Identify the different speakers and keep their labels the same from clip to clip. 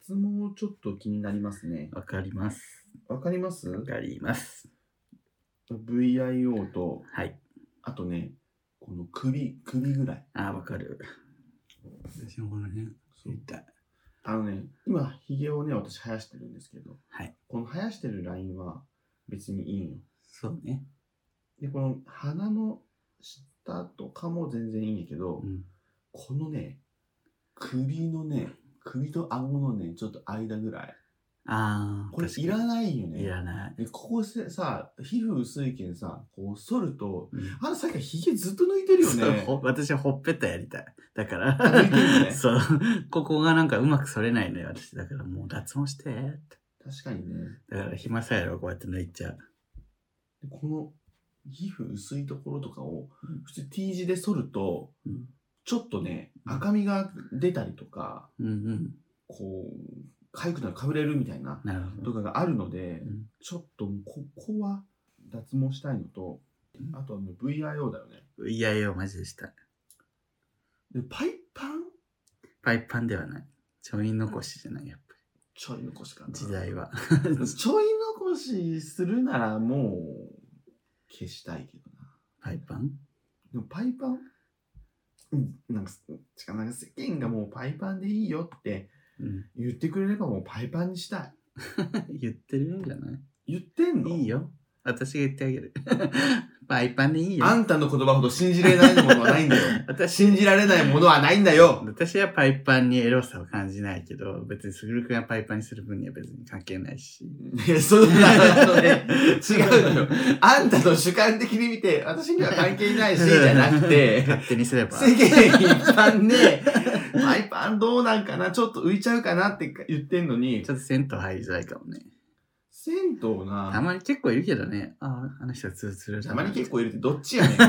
Speaker 1: 脱毛ちょっと気になりますね。
Speaker 2: わかります。
Speaker 1: わかります
Speaker 2: わかります。
Speaker 1: ?VIO と、
Speaker 2: はい。
Speaker 1: あとね、この首、首ぐらい。
Speaker 2: あー、わかる。私もこの辺、痛い。
Speaker 1: あのね、今、ひげをね、私生やしてるんですけど、
Speaker 2: はい
Speaker 1: この生やしてるラインは別にいいんよ。
Speaker 2: そうね。
Speaker 1: で、この鼻の下とかも全然いいんやけど、
Speaker 2: うん。
Speaker 1: このね、首のね、首と顎のね、ちょっと間ぐらい。
Speaker 2: ああ、
Speaker 1: これ
Speaker 2: 確か
Speaker 1: い
Speaker 2: に
Speaker 1: らないよね。
Speaker 2: いらない。
Speaker 1: で、ここせさ、皮膚薄いけんさ、こう剃ると、
Speaker 2: うん
Speaker 1: あのさっきヒゲずっと抜いてるよね。
Speaker 2: そうほ私はほっぺたやりたい。だから、
Speaker 1: 抜いてるね
Speaker 2: そう、ここがなんかうまく剃れないのよ、私。だからもう脱毛してって。
Speaker 1: 確かにね。
Speaker 2: だから暇さえあればこうやって抜いちゃう。
Speaker 1: でこの皮膚薄いところとかを
Speaker 2: うん、
Speaker 1: 普通 T 字で剃ると、
Speaker 2: うん
Speaker 1: ちょっとね、
Speaker 2: うん
Speaker 1: 赤みが出たりとか、
Speaker 2: うんうん。
Speaker 1: こう、かゆくなる、かぶれるみたいな、
Speaker 2: なるほ
Speaker 1: と
Speaker 2: ど。
Speaker 1: かがあるので、
Speaker 2: うん
Speaker 1: ちょっともうここは脱毛したいのと
Speaker 2: う、ん
Speaker 1: あとはね VIO だよね。
Speaker 2: いやいや、マジでした。
Speaker 1: で、パイパン
Speaker 2: パイパンではない。ちょい残しじゃない、やっぱ
Speaker 1: ちょい残しかな。
Speaker 2: り。時代は。
Speaker 1: ちょい残しするならもう消したいけどな。
Speaker 2: パイパン
Speaker 1: でもパイパン、うん、なんか、しかもなんか世間がもうパイパンでいいよって
Speaker 2: うん。
Speaker 1: 言ってくれればもうパイパンにしたい。
Speaker 2: 言ってるんじゃない
Speaker 1: 言ってんの
Speaker 2: いいよ。私が言ってあげる。 パイパンでいいよ。
Speaker 1: あんたの言葉ほど信じられないものはないんだよ。
Speaker 2: 私
Speaker 1: 信じられないものはないんだ よ。
Speaker 2: 私はパイパンにエロさを感じないけど、別にすぐるくんがパイパンにする分には別に関係ないし。
Speaker 1: いやそんなのね、違うのよ。あんたの主観的に見て、私には関係 ないし、じゃなくて、
Speaker 2: 勝手にすれば。
Speaker 1: 世間一般で、パイパンどうなんかなちょっと浮いちゃうかなって言ってんのに
Speaker 2: ち、ょっと銭湯入りづらいかもね。
Speaker 1: 銭湯
Speaker 2: た
Speaker 1: な、
Speaker 2: まに結構いるけどね。ああ、あの人はツルツルだ
Speaker 1: た
Speaker 2: な
Speaker 1: まに結構いるってどっちやねん。
Speaker 2: な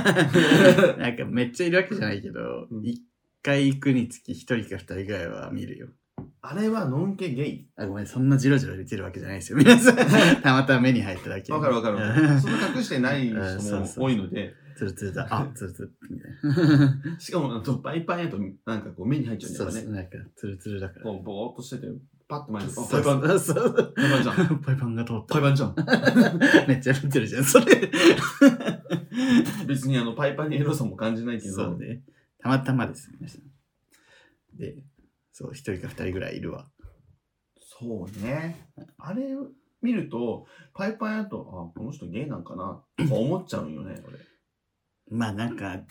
Speaker 2: んかめっちゃいるわけじゃないけど
Speaker 1: う、ん
Speaker 2: 一、回行くにつき一人か二人ぐらいは見るよ。
Speaker 1: あれはノンケゲイ。
Speaker 2: あ、ごめん、そんなジロジロ見てるわけじゃないです よ。皆さん、たまたま目に入っただけ。
Speaker 1: わかるわかるわかる。その隠してない人も多いので、
Speaker 2: ツルツルだ。あ、ツルツル。みたいな。
Speaker 1: しかもあのパイパンやとなんかこう目に入っちゃうんだ
Speaker 2: そう
Speaker 1: よ
Speaker 2: そう、
Speaker 1: ね。
Speaker 2: なんかツルツルだから。
Speaker 1: こうぼーっとしてて、パッと前に、
Speaker 2: そ
Speaker 1: あ
Speaker 2: う
Speaker 1: パイパン、
Speaker 2: そうそう。
Speaker 1: パイパンじゃん。
Speaker 2: パイパンが通っ
Speaker 1: パイパンじゃん。
Speaker 2: た。 めっちゃ見てるじゃん、それ。
Speaker 1: 別にあのパイパンにエロさも感じないけ
Speaker 2: そう
Speaker 1: ど、
Speaker 2: ね。たまたまです、皆さん。で、そう、一人か二人ぐらいいるわ。
Speaker 1: そうね。あれ見ると、パイパンやと、あ、この人ゲイなんかな、とか思っちゃうんよね、俺。
Speaker 2: まあなんか、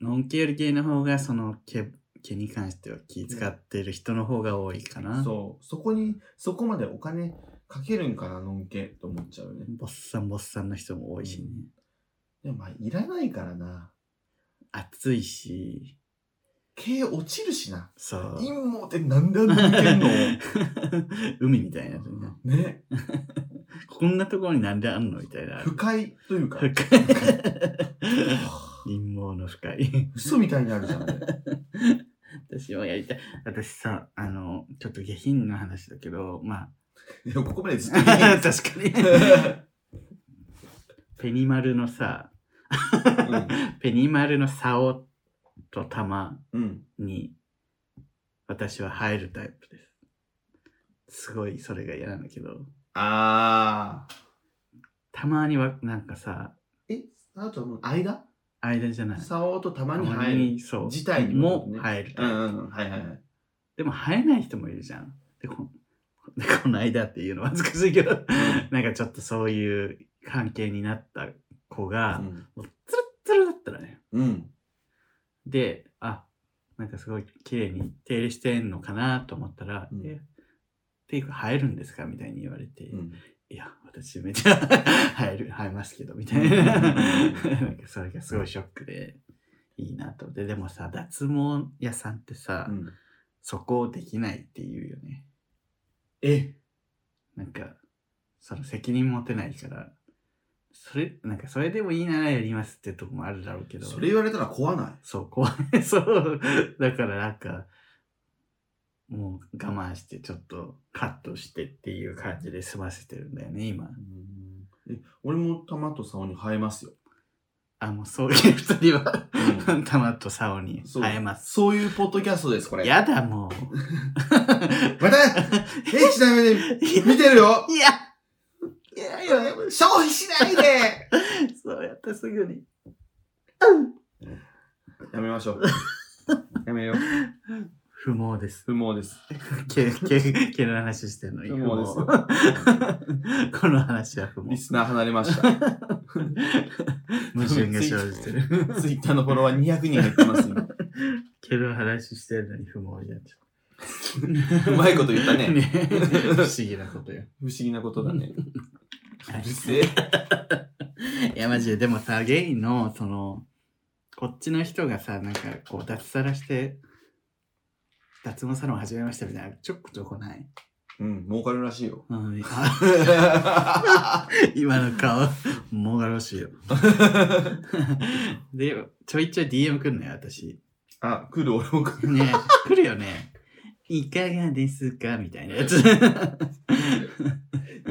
Speaker 2: のんけより系の方が、その毛、毛に関しては気使ってる人の方が多いかな。
Speaker 1: そう、そこに、そこまでお金かけるんかな、のんけと思っちゃうね。
Speaker 2: ボッサンボッサンの人も多いしね。
Speaker 1: でもまあ、いらないからな。
Speaker 2: 暑いし、
Speaker 1: 毛落ちるしな。
Speaker 2: そう。
Speaker 1: 陰謀ってなんであんな抜け んの
Speaker 2: 海みたいなやつね。
Speaker 1: ね、
Speaker 2: こんなところになんであんのみたいな。
Speaker 1: 不快というか、
Speaker 2: 深い。
Speaker 1: はあ
Speaker 2: 陰謀の深い。
Speaker 1: 嘘みたいにあるじゃん、ね。
Speaker 2: 私はやりたい。私さ、あの、ちょっと下品な話だけど、ま
Speaker 1: いやここまでずっと
Speaker 2: あ、
Speaker 1: 聞いてる
Speaker 2: 確かに。ペニマルのさ、 ペニマルの竿と玉
Speaker 1: うん、うん。
Speaker 2: に、私は入るタイプです。すごい、それが嫌なんだけど、
Speaker 1: あー。
Speaker 2: たまには、なんかさ、
Speaker 1: え、あとはもう間
Speaker 2: 間じゃない。
Speaker 1: 竿と玉
Speaker 2: た
Speaker 1: に
Speaker 2: ま
Speaker 1: 入る。
Speaker 2: にそう。
Speaker 1: 自体にも
Speaker 2: も
Speaker 1: ね
Speaker 2: 入るタ
Speaker 1: う
Speaker 2: イ
Speaker 1: ん
Speaker 2: プ。
Speaker 1: うんうん、はいはいはい。
Speaker 2: でも生えない人もいるじゃん。で、こでこの間っていうのは恥ずかしいけど、なんかちょっとそういう関係になった子が、もうツルッツルだったらね。
Speaker 1: うん。うん。
Speaker 2: で、あ、なんかすごい綺麗に手入れしてんのかなと思ったら、
Speaker 1: うん
Speaker 2: えっていうか生えるんですかみたいに言われて、
Speaker 1: うん
Speaker 2: いや、私めっちゃ 生える、生えますけど、みたいな。
Speaker 1: うん
Speaker 2: なんかそれがすごいショックで、いいなと思って。でもさ、脱毛屋さんってさ、
Speaker 1: うん。
Speaker 2: そこをできないって言うよね。
Speaker 1: え、
Speaker 2: なんか、その責任持てないから、それ、なんかそれでもいいならやりますってとこもあるだろうけど、
Speaker 1: それ言われたら怖ない。
Speaker 2: そう、 怖い。そう。だからなんか、もう我慢してちょっとカットしてっていう感じで済ませてるんだよね、今。
Speaker 1: うんえ俺も玉と竿に生えますよ。
Speaker 2: あ、もうそういう二人は、
Speaker 1: う
Speaker 2: 玉と竿に
Speaker 1: そう
Speaker 2: 会えます。
Speaker 1: そういうポッドキャストです、これ。
Speaker 2: やだ、もう。
Speaker 1: また、 エッチな目で見てるよ
Speaker 2: いや、
Speaker 1: いやいや、消費しないで
Speaker 2: そうやってすぐに。
Speaker 1: やめまし ょう。やめよう。
Speaker 2: 不毛です。
Speaker 1: 不毛です。
Speaker 2: け、け、 けの話してんのに。
Speaker 1: 不毛です
Speaker 2: す。 この話は不毛
Speaker 1: リ。スナー離れました。
Speaker 2: 矛盾が生じてる。
Speaker 1: ツイッターのフォロワー200人減ってます、今
Speaker 2: けの話してるのに不毛になっち ゃ
Speaker 1: うまいこと言った
Speaker 2: う。
Speaker 1: ね。
Speaker 2: ね 不思議なことよ。
Speaker 1: 不思議なことだね。う
Speaker 2: はい
Speaker 1: るせえ。
Speaker 2: いやマジででもさゲイのそのこっちの人がさなんかこう脱サラして脱毛サロン始めましたみたいなちょこちょこない、
Speaker 1: うん、儲かるらしい よ。
Speaker 2: うん、あ 今の顔もがろしいよ でちょいちょい DM 来るのよ私
Speaker 1: あ、来る、俺も来る。
Speaker 2: ね来るよねいかがですかみたいなやつ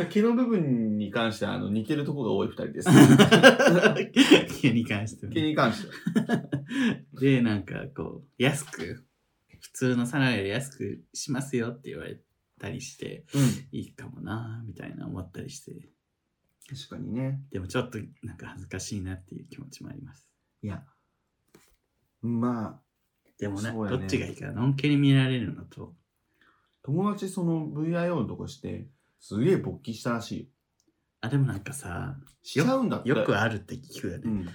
Speaker 1: 毛の部分に関しては、あの、似てるとこが多い二人です。
Speaker 2: 毛に関しても
Speaker 1: 毛に関しては。
Speaker 2: で、なんかこう、安く、普通のサラリーより安くしますよって言われたりして、
Speaker 1: うん。
Speaker 2: いいかもなぁみたいな思ったりして、
Speaker 1: 確かにね。
Speaker 2: でもちょっとなんか恥ずかしいなっていう気持ちもあります。
Speaker 1: いや。まあ、
Speaker 2: でもね、
Speaker 1: そうやね
Speaker 2: どっちがいいかな、のんけに見られるのと、
Speaker 1: 友達その VIO のとこして、すげえ勃起したらしいよ。
Speaker 2: あ、でもなんかさ、
Speaker 1: しちゃうんだって。
Speaker 2: よくあるって聞くよ
Speaker 1: う
Speaker 2: ね。
Speaker 1: ん。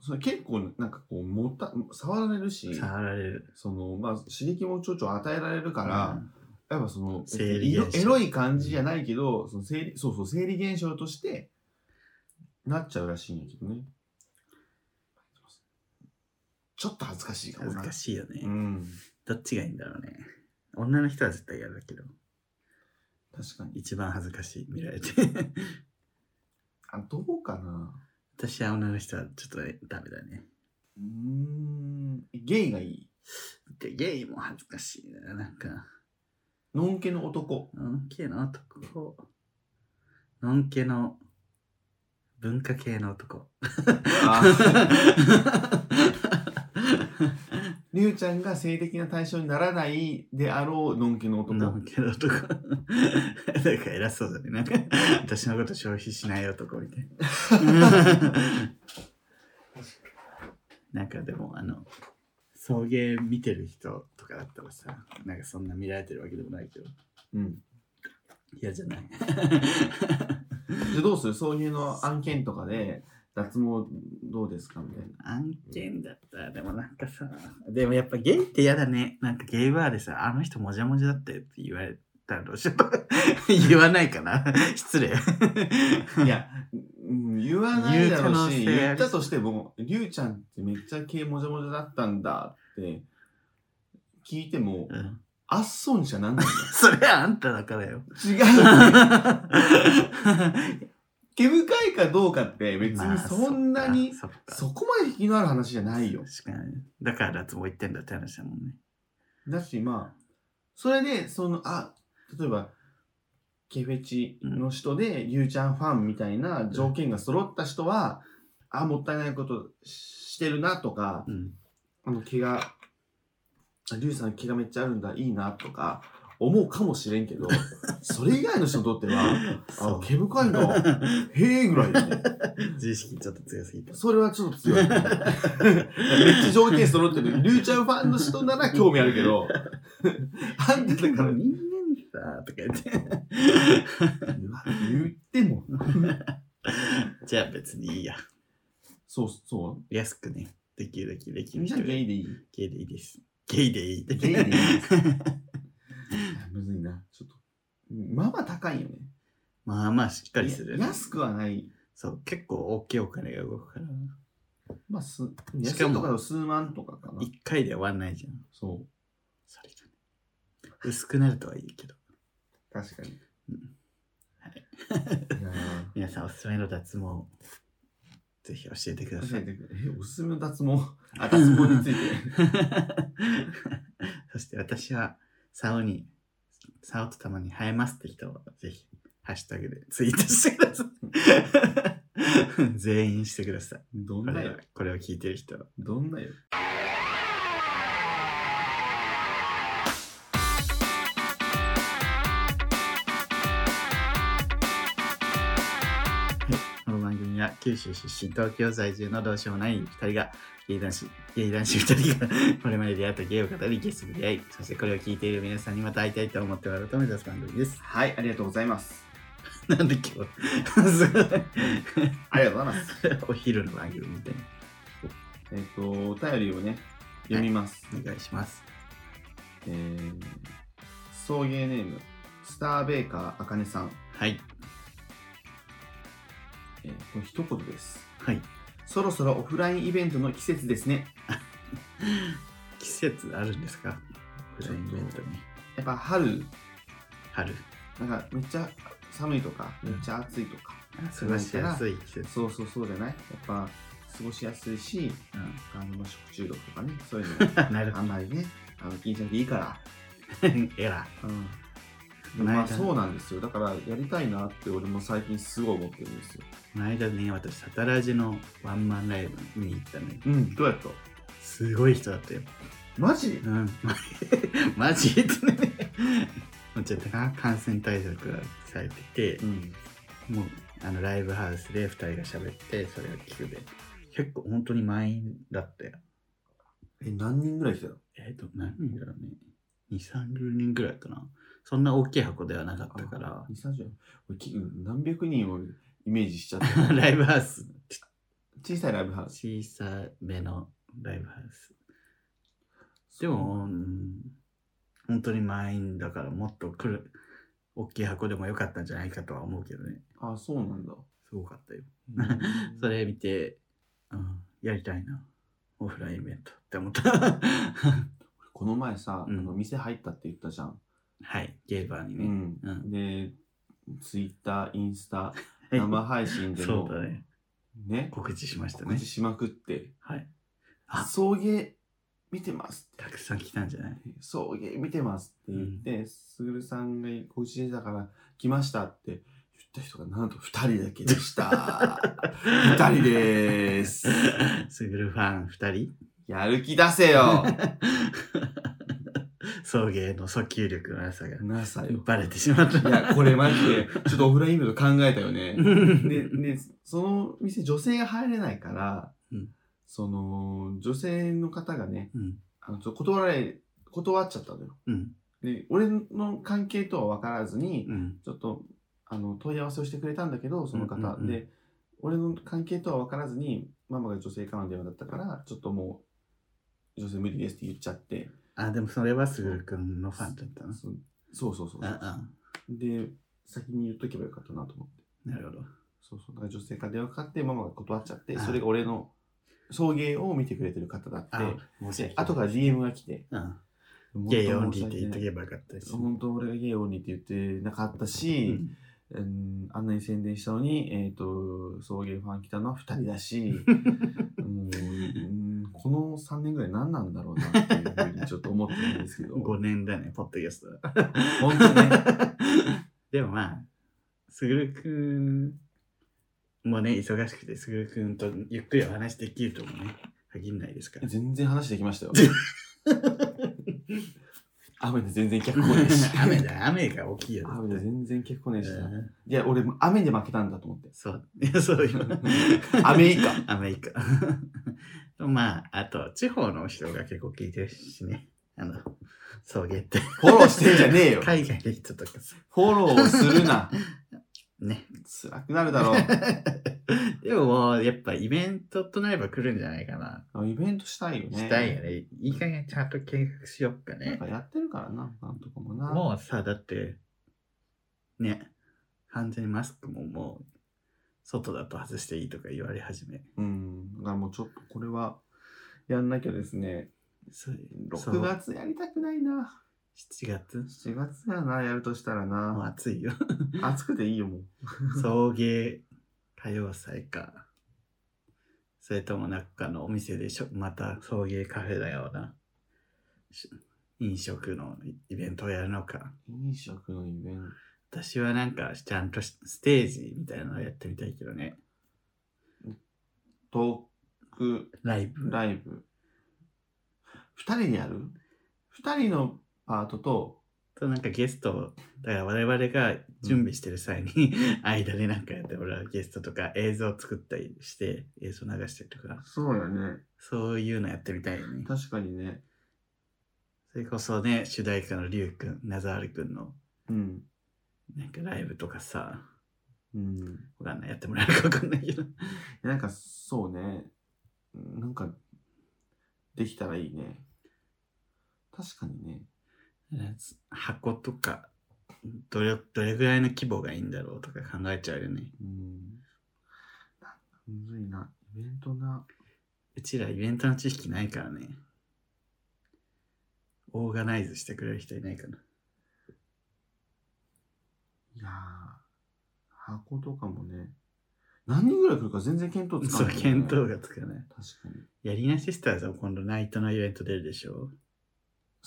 Speaker 1: それ結構、なんかこう、もた、触られるし、
Speaker 2: 触られる。
Speaker 1: その、まあ、刺激もちょちょ与えられるから、やっぱその
Speaker 2: 生理現象
Speaker 1: エロエロい感じじゃないけどその生理そうそう生理現象としてなっちゃうらしいんやけどねちょっと恥ずかしいか
Speaker 2: 恥
Speaker 1: も
Speaker 2: ず
Speaker 1: な
Speaker 2: かしいよね、
Speaker 1: うん
Speaker 2: どっちがいいんだろうね。女の人は絶対嫌だけど、
Speaker 1: 確かに
Speaker 2: 一番恥ずかしい、見られて。
Speaker 1: あどうかな
Speaker 2: 私は女の人はちょっとねダメだね。
Speaker 1: うーんゲイがいい
Speaker 2: でゲイも恥ずかしいな、なんか。
Speaker 1: のんけの男
Speaker 2: のんけの男。のんけの文化系の男。
Speaker 1: あ りゅうちゃんが性的な対象にならないであろうのんけの男
Speaker 2: のんけの男。なんか 偉そうだね。なんか私のこと消費しない男みたいな。なんかでもあの、送迎見てる人とかだったらさ、なんかそんな見られてるわけでもないけど、
Speaker 1: うん
Speaker 2: 嫌じゃない。
Speaker 1: じゃあどうするそういうの案件とかで脱毛どうですかみたいな
Speaker 2: 案件だったらでもなんかさでもやっぱゲイって嫌だねなんかゲイバーでさあの人もじゃもじゃだったよって言われたらどうしよう 言わないかな失礼
Speaker 1: いや、うん言わないだろうし、
Speaker 2: 言う可能性あり
Speaker 1: 言ったとしても、りゅうちゃんってめっちゃ毛もじゃもじゃだったんだって聞いても、
Speaker 2: うん
Speaker 1: あっそうにしかなんないんだ
Speaker 2: それはあんただからよ
Speaker 1: 違うね。毛深いかどうかって別
Speaker 2: まあ
Speaker 1: にそんなに、
Speaker 2: そっかそっか
Speaker 1: そこまで引きのある話じゃないよ。
Speaker 2: 確かにだから脱毛言ってんだって話だもんね
Speaker 1: だし、まあ、それで、その、あ、例えば、ケフェチの人で、りゅうちゃんファンみたいな条件が揃った人は、あ、もったいないことしてるなとか、
Speaker 2: うん
Speaker 1: あの毛が、あリュウさん毛がめっちゃあるんだ、いいなとか思うかもしれんけ ど、それ以外の人にとっては、
Speaker 2: そ
Speaker 1: あ
Speaker 2: う、
Speaker 1: 毛深いな、へえぐらいで、ね、
Speaker 2: 自意識ちょっと強すぎた
Speaker 1: それはちょっと 強い、めっちゃ条件揃ってる。リュウちゃんファンの人なら興味あるけ ど、あんただから
Speaker 2: 人間さとか言って
Speaker 1: 言っても、
Speaker 2: じゃあ別にいいや
Speaker 1: そうそ
Speaker 2: 安くねできるだけでき
Speaker 1: う。
Speaker 2: る
Speaker 1: じゃあゲイでいい
Speaker 2: ゲイでいいです。ゲイでいい。
Speaker 1: ゲイでいいです。いやむずいな、ちょっと。まあまあ高いよね。
Speaker 2: まあまあしっかりする、
Speaker 1: いや安くはない。
Speaker 2: そう、結構大きいお金が動くから。
Speaker 1: まあ、す
Speaker 2: し
Speaker 1: 安
Speaker 2: か
Speaker 1: い
Speaker 2: も
Speaker 1: とかの数万とかかな。
Speaker 2: 一回で終わんないじゃん。
Speaker 1: そう。
Speaker 2: それがね。薄くなるとはいいけど。
Speaker 1: 確かに。
Speaker 2: う ん
Speaker 1: いやー
Speaker 2: 皆さんおすすめの脱毛、ぜひ教えてくだ
Speaker 1: 教
Speaker 2: さ
Speaker 1: え
Speaker 2: い。
Speaker 1: てくれえ、おすすめの脱毛。 あ、脱毛について。
Speaker 2: そして私は、竿に、竿とたまに生えますって人は、ぜひ、ハッシュタグでツイートしてください。 全員してください。
Speaker 1: どん
Speaker 2: こ
Speaker 1: な
Speaker 2: れ
Speaker 1: よ
Speaker 2: を。これを聞いてる人は。
Speaker 1: どんなよ。
Speaker 2: や九州出身、東京在住のどうしようもない2人が、ゲイ男子、ゲイ男子2人が、 これまで出会ったゲイを語り、ゲストで出会い、そしてこれを聞いている皆さんにまた会いたいと思って改め出す番組です。
Speaker 1: はい、ありがとうございます。
Speaker 2: なんで今日、すごい
Speaker 1: ありがとうございます。
Speaker 2: お昼の番組みたいな。
Speaker 1: えっ、と、お便りをね、読みます。
Speaker 2: お願いします。
Speaker 1: えー、送迎ネーム、スターベーカーあかねさん。
Speaker 2: はい。
Speaker 1: えー、これ一言です。
Speaker 2: はい。
Speaker 1: そろそろオフラインイベントの季節ですね。
Speaker 2: 季節あるんですか
Speaker 1: ち
Speaker 2: ち
Speaker 1: ょ
Speaker 2: ょ
Speaker 1: っ
Speaker 2: っ
Speaker 1: と
Speaker 2: とに。
Speaker 1: やっぱ春、
Speaker 2: 春。
Speaker 1: なんかめっちゃ寒いとか、めっちゃ暑いとか。
Speaker 2: 過ごしやすい季節。
Speaker 1: そうそうそうじゃないやっぱ過ごしやすいし、
Speaker 2: う
Speaker 1: あの、まあ食中毒とかね、そういうの
Speaker 2: ん、なる
Speaker 1: あ
Speaker 2: ほ
Speaker 1: んま りね、あの、気にしなくていいから。
Speaker 2: ど。えら。
Speaker 1: うん。
Speaker 2: この間
Speaker 1: まあそうなんですよ。だからやりたいなって俺も最近すごい思ってるんですよ。
Speaker 2: この間ね、私、サタラジのワンマンライブ見に行ったのよ。
Speaker 1: うん、どうやった
Speaker 2: すごい人だったよ。
Speaker 1: マジ
Speaker 2: うん。 マジってね。もうちょっとな感染対策がされてて、
Speaker 1: ん。
Speaker 2: もうあのライブハウスで2人が喋って、それを聞くで。結構本当に満員だったよ。
Speaker 1: え、何人ぐらい来たの
Speaker 2: えっ、と、何人だろうね。2、30人ぐらいかな。そんな大きい箱ではなかったから、
Speaker 1: 2、30? 俺き何百人をイメージしち ゃった。
Speaker 2: ライブハウス、
Speaker 1: 小さいライブハウス。
Speaker 2: 小さめのライブハウス。でも、うん、本当に満員だからもっと来る、大きい箱でもよかったんじゃないかとは思うけどね。
Speaker 1: そう、あ、そうなんだ。
Speaker 2: すごかったよ。
Speaker 1: うん
Speaker 2: それ見て、うん、やりたいな。オフラインイベントって 思った。
Speaker 1: この前さ、
Speaker 2: うん
Speaker 1: あの店入ったって言ったじゃん。
Speaker 2: はい、ゲーバーに
Speaker 1: う
Speaker 2: ね。
Speaker 1: ん。
Speaker 2: うん。
Speaker 1: で、ツイッター、インスタ、
Speaker 2: はい
Speaker 1: 生配信で
Speaker 2: そ
Speaker 1: も
Speaker 2: うだね。
Speaker 1: ね、
Speaker 2: 告知しました
Speaker 1: 告
Speaker 2: ね
Speaker 1: 知。しまくって、
Speaker 2: はい。あ
Speaker 1: 送迎見てますった
Speaker 2: くさん来たんじゃない
Speaker 1: て、送迎見てますって言って、すぐるさんが告知してたから来ましたって言った人がなんと2人だけで した。2人でーす。
Speaker 2: すぐるファン2人
Speaker 1: やる気出せよ
Speaker 2: 送迎の訴求力のなさが
Speaker 1: なさよ。
Speaker 2: バレてしまった。
Speaker 1: いや、これマジ で、ちょっとオフラインイベント考えたよね。で、
Speaker 2: で、
Speaker 1: で、その店、女性が入れないから、
Speaker 2: うん
Speaker 1: その、女性の方がね、
Speaker 2: うん、
Speaker 1: あのちょっと断られ、断っちゃったのよ。
Speaker 2: うん、
Speaker 1: で、俺の関係とは分からずに、
Speaker 2: うん、
Speaker 1: ちょっと、あの、問い合わせをしてくれたんだけど、その方。
Speaker 2: うんうんうん
Speaker 1: で、俺の関係とは分からずに、ママが女性からの電話だったから、ちょっともう、女性無理ですって言っちゃって、
Speaker 2: あ、でもそれはすぐるくんのファンだったな。
Speaker 1: そそうそうそうそう。
Speaker 2: あ、
Speaker 1: で、先に言っとけばよかったなと思って。
Speaker 2: あ、なるほど。
Speaker 1: そうそう。だから女性から電話かかって、ママが断っちゃって、
Speaker 2: あ
Speaker 1: それが俺の送迎を見てくれてる方だって、
Speaker 2: あ、申し
Speaker 1: で
Speaker 2: 訳ない。
Speaker 1: 後から DM が来て、
Speaker 2: うん。
Speaker 1: 本当
Speaker 2: ゲイオ
Speaker 1: 申
Speaker 2: ンリ
Speaker 1: し
Speaker 2: ーって
Speaker 1: 訳
Speaker 2: 言っ
Speaker 1: な
Speaker 2: と
Speaker 1: い
Speaker 2: けばよかったです。
Speaker 1: 本当俺がゲイオンリーって言ってなかったし、うん、あんなに宣伝したのに、えっ、と、送迎ファン来たのは2人だ し、うんうんこの3年ぐらい何なんだろうなっていうふうにちょっと思ってるんですけど、
Speaker 2: 5年だね、ポッドキャストは。
Speaker 1: 本当ね、
Speaker 2: でもまあ、すぐるくんもね、忙しくて、すぐるくんとゆっくりお話できるともね、限らないですから。
Speaker 1: 全然話できましたよ。 雨で全然脚光ねえ し。
Speaker 2: 雨だ、雨が大きいよ。
Speaker 1: 雨で全然結構ねえしな。
Speaker 2: うん
Speaker 1: いや、俺、雨で負けたんだと思 って。
Speaker 2: そう。いや、そう よ。
Speaker 1: アメ以下。
Speaker 2: アメリカ。 まあ、あと、地方の人が結構聞いてるしね。あの、送迎って。
Speaker 1: フォローしてんじゃねえ よ。
Speaker 2: 海外の人とかさ
Speaker 1: フォローをするな。
Speaker 2: ね。
Speaker 1: 辛くなるだろう
Speaker 2: でももう、やっぱイベントとなれば来るんじゃないかな。
Speaker 1: あ。イベントしたいよね。
Speaker 2: したいよね。いい加減ちゃんと計画しよっか
Speaker 1: なん
Speaker 2: ね
Speaker 1: か。やってるからな、なんとかもな。
Speaker 2: もうさ、だって、ね、完全にマスクももう、外だと外していいとか言われ始め。
Speaker 1: う。ん。だからもうちょっとこれは、やんなきゃですね。
Speaker 2: そう
Speaker 1: 6。月やりたくないな。
Speaker 2: 7月
Speaker 1: 7月やな、やるとしたら
Speaker 2: もう
Speaker 1: な。
Speaker 2: 暑いよ。
Speaker 1: 暑くていいよ、もう。
Speaker 2: 送迎歌謡祭か。それともなんかのお店でしょ、また送迎カフェだようなし飲食のイベントをやるのか。
Speaker 1: 飲食のイベン
Speaker 2: 私はなんかちゃんとしステージみたいなのをやってみたいけどね。
Speaker 1: ト、トーク、
Speaker 2: ライブ。
Speaker 1: ライブ。2人でやる ?2 人のパートと、
Speaker 2: となんかゲストをだから我々が準備してる際に、間でなんかやって俺はゲストとか映像を作ったりして映像流したりとか
Speaker 1: そうやね。
Speaker 2: そういうのやってみたいよね
Speaker 1: 確かにね。
Speaker 2: それこそね主題歌のりゅうくんなざわるくんの
Speaker 1: うん。
Speaker 2: なんかライブとかさ
Speaker 1: うん。
Speaker 2: わかんないやってもらえるかわかんないけど
Speaker 1: なんか、そうね。なんか、できたらいいね。確かにね。
Speaker 2: 箱とかどれどれぐらいの規模がいいんだろうとか考えちゃうよね
Speaker 1: うん。なんかむずいな。イベントな。
Speaker 2: うちらイベントの知識ないからねオーガナイズしてくれる人いないかない
Speaker 1: やー箱とかもね。何人ぐらい来るか全然見当つか
Speaker 2: そう
Speaker 1: ない、ね。
Speaker 2: 見当がつかない
Speaker 1: 確かに。
Speaker 2: やりなシスターズは今度ナイトのイベント出るでしょ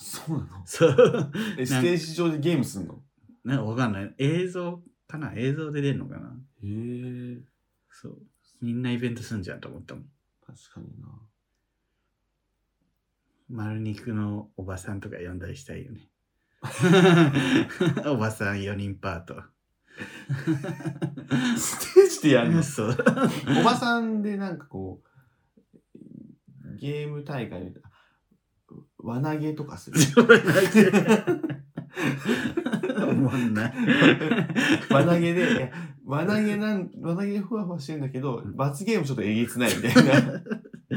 Speaker 1: そうなの
Speaker 2: そう
Speaker 1: え、ステージ上でゲームすんの
Speaker 2: なんかわかんない映像かな映像で出るのかな
Speaker 1: へえ。
Speaker 2: そうみんなイベントすんじゃんと思ったもん
Speaker 1: 確かにな。
Speaker 2: 丸肉のおばさんとか呼んだりしたいよね おばさん4人パート
Speaker 1: ステージでやるの
Speaker 2: そう
Speaker 1: おばさんでなんかこう、ゲーム大会みたいな。輪投げとかする。
Speaker 2: 思んない。
Speaker 1: 輪投げで、輪投げなん、輪投げでふわふわしてるんだけど、罰ゲームちょっとえげつないみたいな。
Speaker 2: で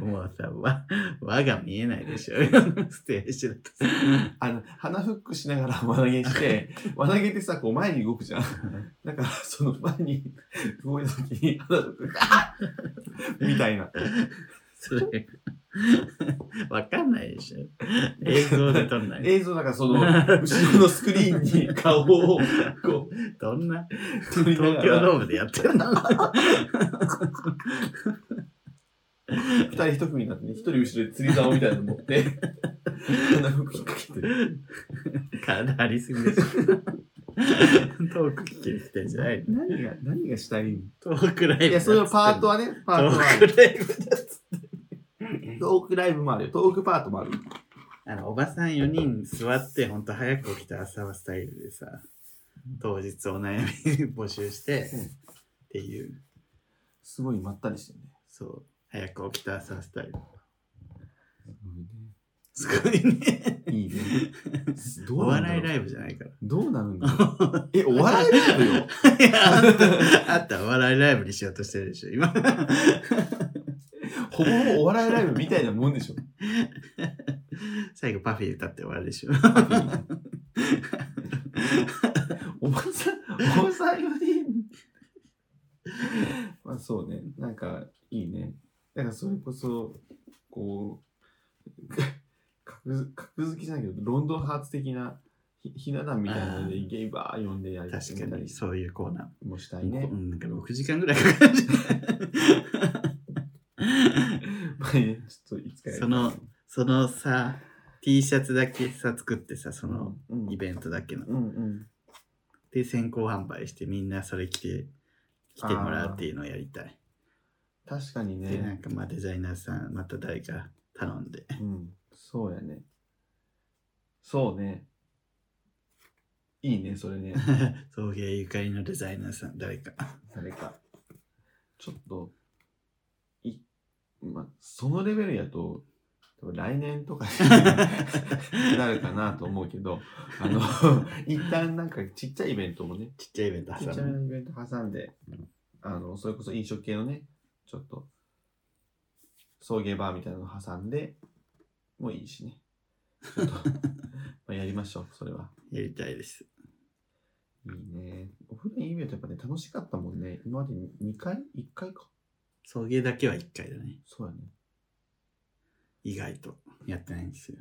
Speaker 2: ももうさ、わ、輪が見えないでしょ。ステージだと。
Speaker 1: あの、鼻フックしながら輪投げ して、輪投げってさ、こう前に動くじゃん。だから、その前に動いた時に鼻フック、あーみたいな。
Speaker 2: それ、わかんないでしょ。映像で撮んない。
Speaker 1: 映像だから その、後ろのスクリーンに顔を、こう、
Speaker 2: どんな
Speaker 1: 撮りな
Speaker 2: 東
Speaker 1: が
Speaker 2: 京
Speaker 1: ら
Speaker 2: ドームでやってるの
Speaker 1: 二人一組になってね、一人後ろで釣り竿みたいなの持って、鼻フック引っ掛けてる。
Speaker 2: 体ありすぎでしょ。 トーク聞きに来てんじゃない
Speaker 1: 何が、何がしたいい
Speaker 2: トークライブだっつってんの。
Speaker 1: や、そういうパートはね、パート
Speaker 2: ト
Speaker 1: はあ
Speaker 2: ー
Speaker 1: る。
Speaker 2: クライブだっつって
Speaker 1: トークライブもあるよ。トークパートもある。
Speaker 2: あの、おばさん4人座って、ほんと早く起きた朝はスタイルでさ、当日お悩み募集して、
Speaker 1: うん
Speaker 2: っていう、
Speaker 1: すごいまったりしてるね。
Speaker 2: そう、早く起きた朝はスタイル。
Speaker 1: す
Speaker 2: すごいね。
Speaker 1: ごいね。いいね。ど
Speaker 2: お
Speaker 1: うなんだろ
Speaker 2: 笑いうライブじゃないから。
Speaker 1: どうなるんだろう。え、お笑いライブよ。
Speaker 2: いやあんたあったお笑いライブにしようとしてるでしょ、今。
Speaker 1: ほぼほぼお笑いライブみたいなもんでしょ。
Speaker 2: 最後パフィー歌って終わるでしょ。
Speaker 1: おばさん、おばさんより。まあそうね。なんか、いいね。だからそれこそ、こう、格付格付きじゃないけど、ロンドンハーツ的なひひな壇みたいなの
Speaker 2: あ
Speaker 1: で、
Speaker 2: ー
Speaker 1: ゲイバー呼んでやり
Speaker 2: 確か
Speaker 1: やった
Speaker 2: に、
Speaker 1: り
Speaker 2: そういうコーナ
Speaker 1: もした
Speaker 2: ー。
Speaker 1: いね
Speaker 2: う。んなんか6時間ぐらいかかるじゃん
Speaker 1: まあねちょっといつかやりたい
Speaker 2: そのそのさ、T シャツだけさ、作ってさ、その、
Speaker 1: うん
Speaker 2: イベントだけの。
Speaker 1: うんうん。
Speaker 2: で、先行販売して、みんなそれ着て、来てもらうっていうのをやりたい。
Speaker 1: 確かに
Speaker 2: で、な
Speaker 1: ね。
Speaker 2: んかまあデザイナーさん、また誰か頼んで。
Speaker 1: うん。そうやね。そうね。いいね、それね。
Speaker 2: 送迎ゆかりのデザイナーさん、誰か。
Speaker 1: 誰か。ちょっと、い、まあ、そのレベルやと、多分来年とかになるかなと思うけど、あの、一旦なんかちっちゃいイベントもね、
Speaker 2: ちっちゃいイベント
Speaker 1: ち
Speaker 2: 挟
Speaker 1: っちゃ
Speaker 2: む。
Speaker 1: いイベント挟んで、あの、それこそ飲食系のね、ちょっと、送迎バーみたいなの挟んで、もういいしね。ちょっと、まあやりましょう、それは。
Speaker 2: やりたいです。
Speaker 1: いいね。オフラインイベントやっぱね、楽しかったもんね。今までに2回 ?1 回か。
Speaker 2: 送迎だけは1回だね。
Speaker 1: そうやね。
Speaker 2: 意外とやってないんですよ。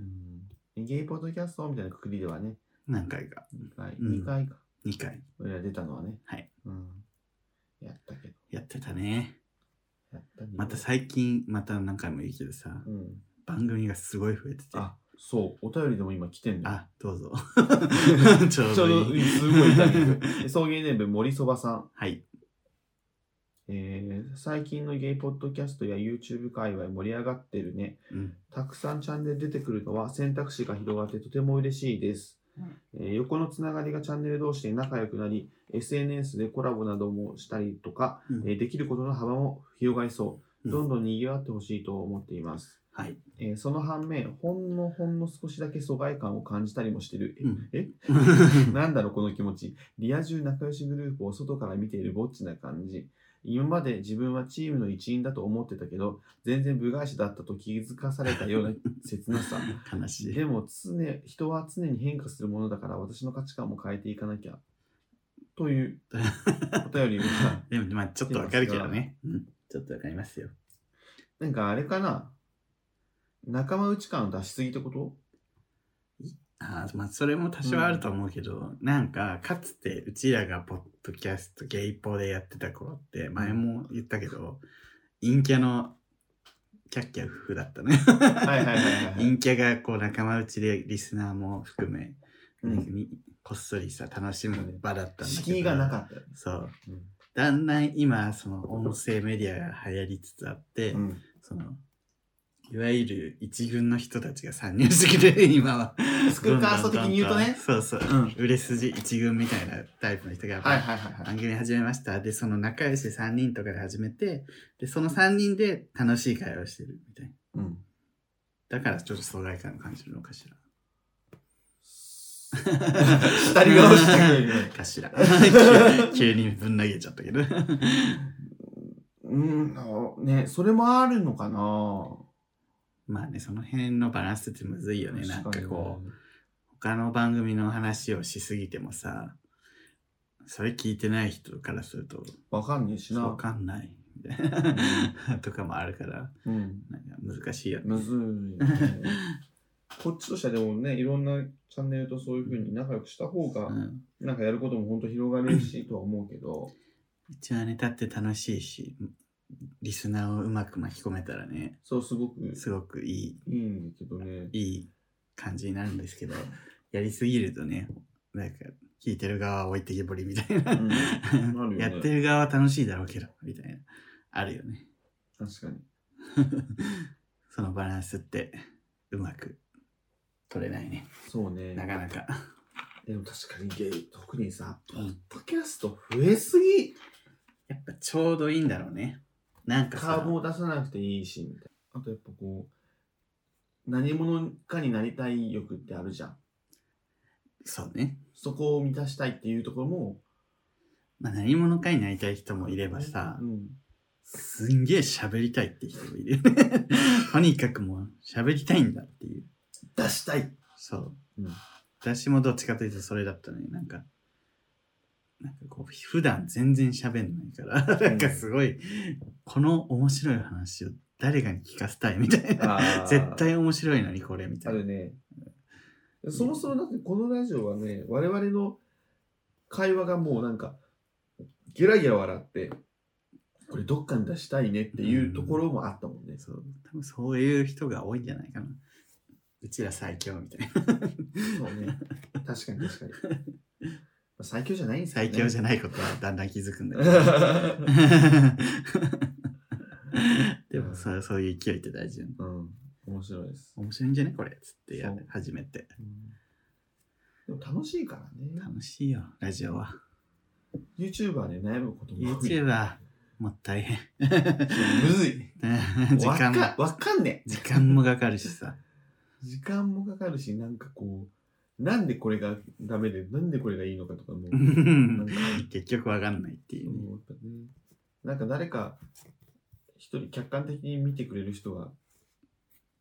Speaker 1: うん。ゲイポッドキャストみたいなくくりではね、
Speaker 2: 何回か。
Speaker 1: 2回、
Speaker 2: うん
Speaker 1: 2回か。
Speaker 2: 2回
Speaker 1: 俺ら出たのはね。
Speaker 2: はい。
Speaker 1: うん。やったけど。
Speaker 2: やってたね。
Speaker 1: やったね
Speaker 2: また最近、また何回も言うけどさ
Speaker 1: う、ん。
Speaker 2: 番組がすごい増えてて。
Speaker 1: あ、そう。お便りでも今来てんだよ。。
Speaker 2: あ、どうぞちょう
Speaker 1: ちょう
Speaker 2: ど
Speaker 1: ど
Speaker 2: い
Speaker 1: い
Speaker 2: い
Speaker 1: い、。すごい痛 い。送迎ネーム、森そばさん。
Speaker 2: はい。
Speaker 1: えー最近のゲイポッドキャストや YouTube 界隈盛り上がってるね。
Speaker 2: うん。
Speaker 1: たくさんチャンネル出てくるのは選択肢が広がってとても嬉しいです。えー横のつながりがチャンネル同士で仲良くなり、SNS でコラボなどもしたりとか、
Speaker 2: うん
Speaker 1: えーできることの幅も広がりそう。
Speaker 2: うん
Speaker 1: どんどん賑わってほしいと思っています。
Speaker 2: はい。
Speaker 1: えーその反面、ほんのほんの少しだけ疎外感を感じたりもしてる。
Speaker 2: うん
Speaker 1: え なんだろうこの気持ち。リア充仲良しグループを外から見ているぼっちな感じ。今まで自分はチームの一員だと思ってたけど、全然部外者だったと気づかされた ような切なさ。
Speaker 2: 悲 しい。
Speaker 1: でも常、人は常に変化するものだから私の価値観も変えていかなきゃ。というお便り が、
Speaker 2: でも、まあ、ちょっとわかるけどね。うん。ちょっとわかりますよ。
Speaker 1: なんかあれかな仲間内感を出しすぎってこと
Speaker 2: あーまあ、それも多少あると思うけど、なんか、かつて、うちらがポッドキャスト、ゲイポでやってた頃って、前も言ったけど、陰キャの、キャッキャ夫婦だったね。
Speaker 1: はいはいはいはい
Speaker 2: 陰キャが、こう、仲間内で、リスナーも含め、
Speaker 1: うん
Speaker 2: にこっそりさ、楽しむ場だったんだけど。
Speaker 1: 敷居がなかったよね。
Speaker 2: そう。
Speaker 1: うん
Speaker 2: だんだん今、その、音声メディアが流行りつつあって、
Speaker 1: うん
Speaker 2: その、いわゆる一軍の人たちが参入してきて、今は。
Speaker 1: スクールカースト的に言うとね
Speaker 2: どんどんどんどんそうそう。
Speaker 1: うん
Speaker 2: 売れ筋一軍みたいなタイプの人が、
Speaker 1: はいはいはいはい。
Speaker 2: 番組始めました。で、その仲良し3人とかで始めて、で、その3人で楽しい会話をしてるみたいな。
Speaker 1: うん
Speaker 2: だからちょっと疎外感感じるのかしら。
Speaker 1: 二人顔してくれるね
Speaker 2: かしら。 急急にぶん投げちゃったけど。
Speaker 1: うん、あね、それもあるのかな
Speaker 2: まあね、その辺のバランスってむずいよね。なんかこう。
Speaker 1: う。
Speaker 2: 他の番組の話をしすぎてもさそれ聞いてない人からすると
Speaker 1: わかんねえし
Speaker 2: わ
Speaker 1: な。
Speaker 2: かんないみたいな とかもあるから
Speaker 1: うん。
Speaker 2: なんか難しいよね
Speaker 1: むずいよね。 こっちとしてはでもね、いろんなチャンネルとそういうふうに仲良くした方が
Speaker 2: う、ん、
Speaker 1: なんかやることも本当広がるしとは思うけど、
Speaker 2: うちはネタって楽しいしリスナーをうまく巻き込めたらね
Speaker 1: そう、すごくい
Speaker 2: すごくい
Speaker 1: いんだけどね。
Speaker 2: いいい感じになるんですけどやりすぎるとねなんか聞いてる側は置いてけぼりみたいな、
Speaker 1: うんなるよね
Speaker 2: やってる側は楽しいだろうけどみたいなあるよね
Speaker 1: 確かに。
Speaker 2: そのバランスってうまく取れないね。
Speaker 1: そうね。
Speaker 2: なかなか。
Speaker 1: でも確かにゲイ、特にさ、ポ
Speaker 2: うん
Speaker 1: ッドキャスト増えすぎ
Speaker 2: やっぱちょうどいいんだろうね。なんか
Speaker 1: カ
Speaker 2: さ
Speaker 1: ーブ、を出さなくていいし、みたいな。あとやっぱこう、何者かになりたい欲ってあるじゃん。
Speaker 2: そうね。
Speaker 1: そこを満たしたいっていうところも、
Speaker 2: まあ何者かになりたい人もいればさ
Speaker 1: う、ん、
Speaker 2: すんげえ喋りたいって人もいるよ ね。とにかくもう喋りたいんだっていう。
Speaker 1: 出したい、
Speaker 2: そう。
Speaker 1: うん
Speaker 2: 私もどっちかというとそれだったね。なんか、なんかこう、普段全然喋んないから、なんかすごい、この面白い話を誰かに聞かせたいみたいな。絶対面白いのにこれみた
Speaker 1: あ
Speaker 2: いな。
Speaker 1: るね。そもそもだってこのラジオはね、我々の会話がもうなんか、ゲラゲラ笑って、これどっかに出したいねっていうところもあったもんね。
Speaker 2: そう、多分そういう人が多いんじゃないかな。うちら最強みたいな。
Speaker 1: そうね。確かに確かに。ま あ最強じゃないんですよね
Speaker 2: 最強じゃないことはだんだん気づくんだけど。 でもそうそういう勢いって大事なの。
Speaker 1: うん。面白いです。
Speaker 2: 面白いんじゃねこれつってや
Speaker 1: そう
Speaker 2: 始めて。
Speaker 1: でも楽しいからね。
Speaker 2: 楽しいよ、ラジオは。
Speaker 1: YouTuber で悩むことも多い
Speaker 2: YouTuber、もう大 変。
Speaker 1: むずい。
Speaker 2: 時
Speaker 1: わか
Speaker 2: 間も、
Speaker 1: んわかんねえ。
Speaker 2: 時間もかかるしさ。
Speaker 1: 時間もかかるし、なんかこう、なんでこれがダメで、なんでこれがいいのかとかもう、なんか、
Speaker 2: 結局わかんないって
Speaker 1: そ
Speaker 2: いううね。
Speaker 1: やっぱねなんか誰か一人客観的に見てくれる人が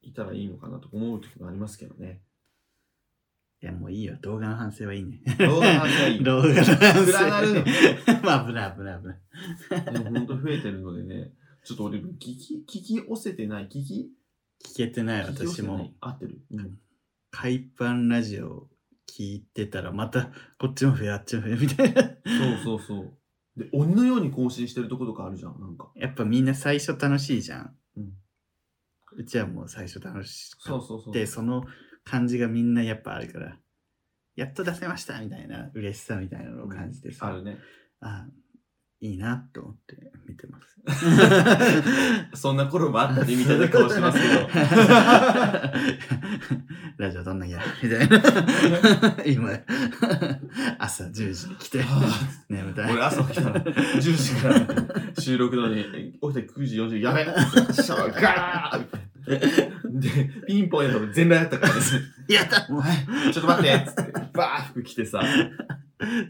Speaker 1: いたらいいのかなとか思う時もありますけどね。
Speaker 2: いや、もういいよ。動画の反省はいいね。
Speaker 1: 動画の反省はいい
Speaker 2: 動画の反省。
Speaker 1: 暗なるの
Speaker 2: まあ、危ない危ない危ない。
Speaker 1: でも本当増えてるのでね、ちょっと俺、聞き、聞き寄せてない、聞き、
Speaker 2: 聞けてない
Speaker 1: 聞き寄
Speaker 2: 私
Speaker 1: せてな
Speaker 2: も
Speaker 1: い。合ってる。うん。
Speaker 2: 海パンラジオ聞いてたらまたこっちも増えあっちも増えみたいな
Speaker 1: そうそうそう。で、鬼のように更新してるとことかあるじゃん、なんか。
Speaker 2: やっぱみんな最初楽しいじゃん、
Speaker 1: うん
Speaker 2: うちはもう最初楽しくて
Speaker 1: そうそうそう。
Speaker 2: でその感じがみんなやっぱあるからやっと出せましたみたいな嬉しさみたいなのを感じてさ、
Speaker 1: あるね。
Speaker 2: あいいなと思って見て ます。
Speaker 1: そんな頃もあったりみたいな顔してますけど。
Speaker 2: ラジオどんなんやみたいな。今、朝10時に来て、眠たい。
Speaker 1: 俺朝起きたの10時から収録なのに、起きて9時40時、やべシャワーガーで、ピンポンやったら全裸やったからね、
Speaker 2: やだ
Speaker 1: お前、ちょっと待ってつって、バー服着てさ。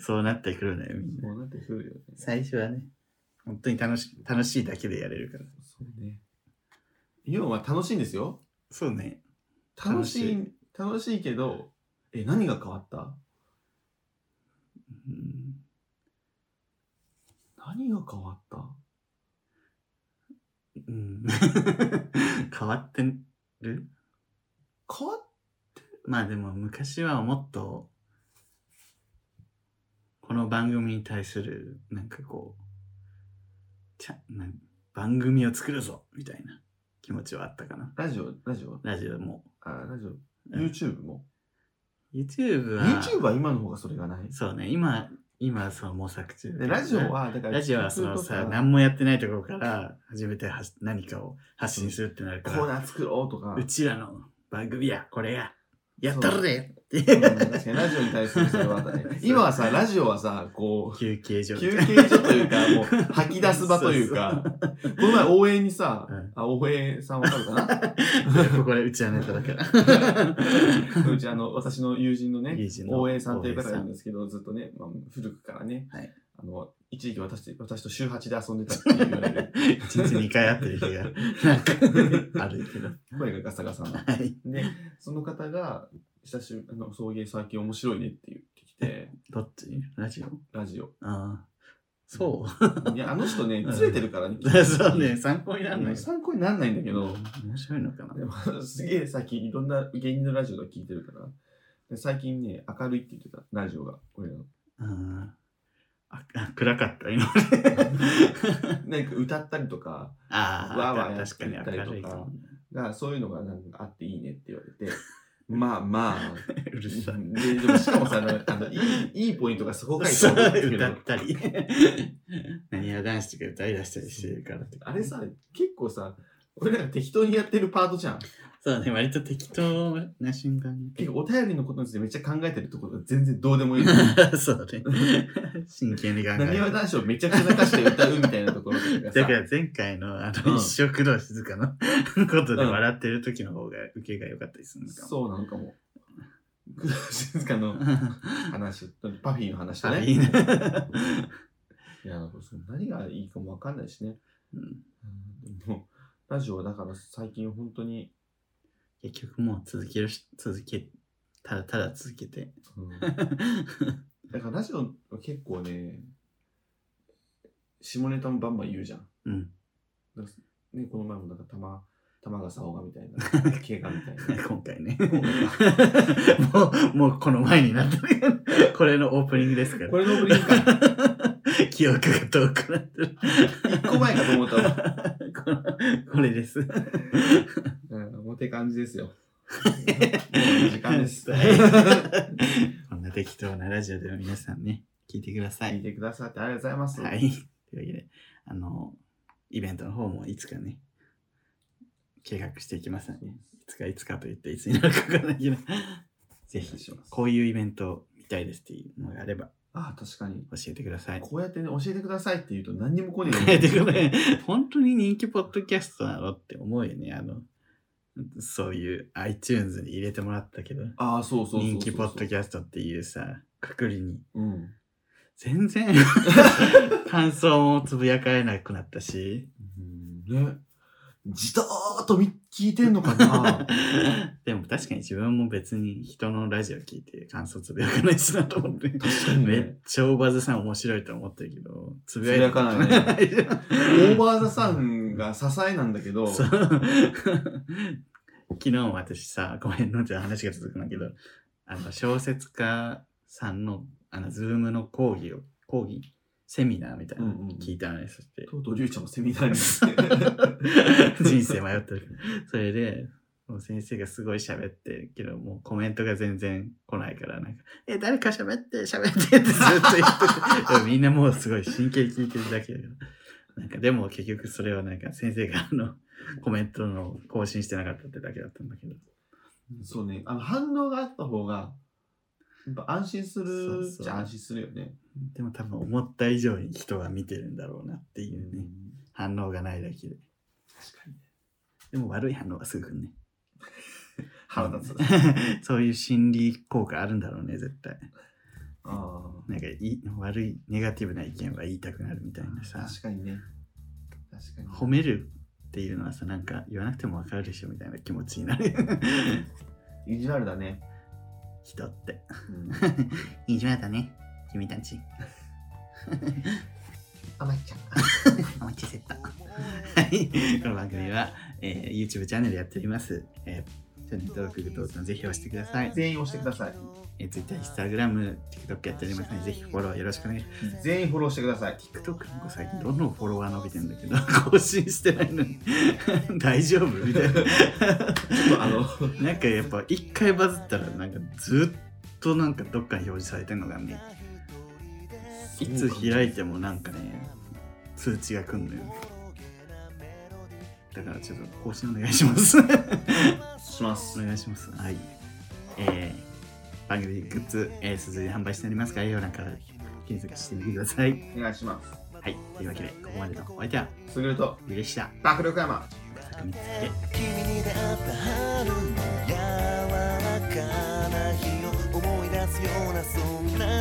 Speaker 2: そうなってくるね、みんな。
Speaker 1: もうなってくるよね。
Speaker 2: 最初はね、本当に楽し楽しいだけでやれるから。
Speaker 1: そうね。イオンは楽しいんですよ。
Speaker 2: そうね。
Speaker 1: 楽しい、楽しいけど、え、何が変わった
Speaker 2: うん
Speaker 1: 何が変わった
Speaker 2: うん 変わってる
Speaker 1: 変わっ
Speaker 2: まあでも昔はもっとこの番組に対するなんかこうちゃなん番組を作るぞみたいな気持ちはあったかな
Speaker 1: ラジオ、ラジオ、
Speaker 2: ラジオも
Speaker 1: あ、ラジオ、
Speaker 2: うん
Speaker 1: YouTube も。
Speaker 2: YouTube は
Speaker 1: YouTube は今の方がそれがない。
Speaker 2: そうね今今その模索中
Speaker 1: でラジオは、だから、
Speaker 2: ラジオはその
Speaker 1: 企画
Speaker 2: さ
Speaker 1: とか
Speaker 2: 何もやってないところから初めてはし何かを発信するってなるか
Speaker 1: コー
Speaker 2: ら
Speaker 1: ナー作ろうとか。
Speaker 2: うちらの番組やこれややったるでっ
Speaker 1: うん
Speaker 2: て
Speaker 1: 確かにラジオに対するそれはあ ったね。今はさ、ラジオはさ、こ
Speaker 2: 休憩所
Speaker 1: う、
Speaker 2: みたい
Speaker 1: 休
Speaker 2: な
Speaker 1: 憩所というか、もう吐き出す場という か、この前応援にさ
Speaker 2: うん、
Speaker 1: あ、応援さんわかるかな
Speaker 2: ここでうちはネタだから。
Speaker 1: うちあの、私の友人のね
Speaker 2: 友人、の
Speaker 1: 応援さんという方がい
Speaker 2: 大江さん
Speaker 1: るんですけど、ずっとね、まあ、古くからね
Speaker 2: はい、
Speaker 1: あの、一時期私と私と週8で遊んでたって言われ る。
Speaker 2: 一日2回会ってる日が、なんか、あるけど。
Speaker 1: 声がガサガサな。
Speaker 2: はい。
Speaker 1: で、その方が、久しぶり、あの、送迎最近面白いねって言ってきて、
Speaker 2: どっちラジオ
Speaker 1: ラジオ。
Speaker 2: ああ。そ
Speaker 1: いや、あの人ね、ずれてるからね。
Speaker 2: う そうね、参考にな
Speaker 1: あ
Speaker 2: んない
Speaker 1: の参考にならないんだけど、
Speaker 2: 面白いのかな
Speaker 1: でも、 すげえ最近いろんな芸人のラジオとか聞いてるから、で最近ね、明るいって言ってた、ラジオが、俺 らの。
Speaker 2: うんあ、あ暗かった、今。
Speaker 1: なんか歌ったりとか
Speaker 2: あ
Speaker 1: わーわ
Speaker 2: あ
Speaker 1: ー、やっ
Speaker 2: 確か
Speaker 1: て
Speaker 2: に
Speaker 1: たりとか
Speaker 2: 明るいかもね。
Speaker 1: が、そういうのがなんかあっていいねって言われて、まあまあ、
Speaker 2: うるさい。
Speaker 1: ででもしかもさ、なんかあのいいいいポイントがそこかいと思うんですけ
Speaker 2: 歌
Speaker 1: ど
Speaker 2: っ、たり。 何や男子とか歌い出したりしてるからとか
Speaker 1: あれさ、結構さ、俺らが適当にやってるパートじゃん。
Speaker 2: そうね、割と適当な瞬間 に。
Speaker 1: 結構お便りのことについてめっちゃ考えてるところが全然どうでもいいの。
Speaker 2: そう ね。真剣に考え
Speaker 1: なにわ
Speaker 2: る。
Speaker 1: 男子をめちゃくちゃ泣かして歌うみたいなところとか
Speaker 2: だ
Speaker 1: さ
Speaker 2: か。ら前回のあ
Speaker 1: う
Speaker 2: の
Speaker 1: ん
Speaker 2: 一生工藤静香の ことで
Speaker 1: うん
Speaker 2: 笑ってる時の方が受けが良かったりするの かも。
Speaker 1: そうなのかも。工藤静香の話と、パフィーの話と
Speaker 2: あ
Speaker 1: ね。
Speaker 2: いいね。
Speaker 1: いや、その何がいいかもわかんないしね。
Speaker 2: うん
Speaker 1: でもラジオはだから最近本当に、
Speaker 2: 結局もう続けるし、続け、ただただ続けて。
Speaker 1: うんだからラジオは結構ね、下ネタもバンバン言うじゃん。
Speaker 2: うん。
Speaker 1: ね、この前もなんか玉、玉がさおがみたいな、けがみたいな。
Speaker 2: 今回ね。もう、もうこの前になったね。これのオープニングですから。
Speaker 1: これのオープニングか
Speaker 2: 記憶が遠くなってる。
Speaker 1: 一個前かと思ったわ。
Speaker 2: このこれです。
Speaker 1: うん、もうて感じですよ。もう時間です。
Speaker 2: こんな適当なラジオでは皆さんね、聞いてくださ
Speaker 1: 聞い
Speaker 2: い。
Speaker 1: てくださってありがとうございます。
Speaker 2: はい。というわけで、あの、イベントの方もいつかね、計画していきますので、いつかいつかと言っていつになるかわからないけど、ぜ
Speaker 1: お願い
Speaker 2: ひ
Speaker 1: します、
Speaker 2: こういうイベント見たいですっていうのがあれば
Speaker 1: ああ、確かに。
Speaker 2: 教えてください。
Speaker 1: こうやってね、教えてくださいって言うと何にも来ね
Speaker 2: え
Speaker 1: え
Speaker 2: てかね、本当に人気ポッドキャストなのって思うよね。あの、そういう iTunes に入れてもらったけど、
Speaker 1: ああ、そうそうそうそう。
Speaker 2: 人気ポッド
Speaker 1: ャ
Speaker 2: キャストっていうさ、くくりに
Speaker 1: うん。
Speaker 2: 全然 感想もつぶやかれなくなったし
Speaker 1: うんね。じとーっとみ聞いてんの かな
Speaker 2: でも確かに自分も別に人のラジオ聞いて感想つぶやかないしなと思って
Speaker 1: 確かに
Speaker 2: めっ
Speaker 1: ね。
Speaker 2: ちゃ大バズさん面白いと思ってるけどつぶ
Speaker 1: つぶやか
Speaker 2: ない
Speaker 1: オーバーザさんが支えなんだけど、
Speaker 2: そう 昨日も私さごめんのちょっと話が続くんだけどあの小説家さんのあのズームの講義を講義セミナーみたいなの聞いたのね、そし て
Speaker 1: とうとうりゅうちゃんもセミナーに
Speaker 2: 人生迷ってるから。それで、もう先生がすごい喋ってるけど、もうコメントが全然来ないから、なんか、え、誰か喋って、喋ってってずっと言っ てて、でもみんなもうすごい真剣に聞いてるだけだけど、なんかでも結局それはなんか先生があの、コメントの更新してなかったってだけだったんだけど。
Speaker 1: そうね、あの反応があった方が、やっぱ安心する
Speaker 2: そうそう
Speaker 1: じゃ安心するよね。
Speaker 2: でも多分思った以上に人が見てるんだろうなっていうね、反応がないだけで。
Speaker 1: 確かに。
Speaker 2: でも悪い反応はすぐ来るね。
Speaker 1: 腹立つ。
Speaker 2: そういう心理効果あるんだろうね、絶対。
Speaker 1: あ
Speaker 2: なんかいい悪い、ネガティブな意見は言いたくなるみたいな
Speaker 1: あ、
Speaker 2: さ、
Speaker 1: 確かにね。確かに。
Speaker 2: 褒めるっていうのはさ、なんか言わなくてもわかるでしょみたいな気持ちになる。
Speaker 1: 意地悪だね。
Speaker 2: 人って。
Speaker 1: うん、
Speaker 2: いじめだね、君たち。
Speaker 1: 甘いちゃん。
Speaker 2: お待ちせた。はい、この番組は、えー YouTube チャンネルやっております。えーチャンネル登録、グッドボタンぜひ押してください。
Speaker 1: 全員押してください。
Speaker 2: えー、Twitter、Instagram、TikTok やっておりますので、ぜひフォローよろしくお願いします。
Speaker 1: 全員フォローしてください。
Speaker 2: TikTok なんか最近どんどんフォロワー伸びてんだけど、更新してな いのに、大丈夫みたいな。
Speaker 1: あの、
Speaker 2: なんかやっぱ一回バズったら、なんかずっとなんかどっかに表示されてんのがね、 いつ開いてもなんかね、通知が来んのよ。だからちょっと更新お願いします。
Speaker 1: します。
Speaker 2: お願いします。はい。えー、番組グッズ、えー、鈴で販売しておりますから、ようなんか検索してみてください。
Speaker 1: お願いします。
Speaker 2: はい。というわけで、ここまでのお相手は、
Speaker 1: すぐると、
Speaker 2: ゆうでした。
Speaker 1: 爆力山。
Speaker 2: 坂見つけ。
Speaker 3: 君に出会った春の柔らかな日を思い出すようなそんな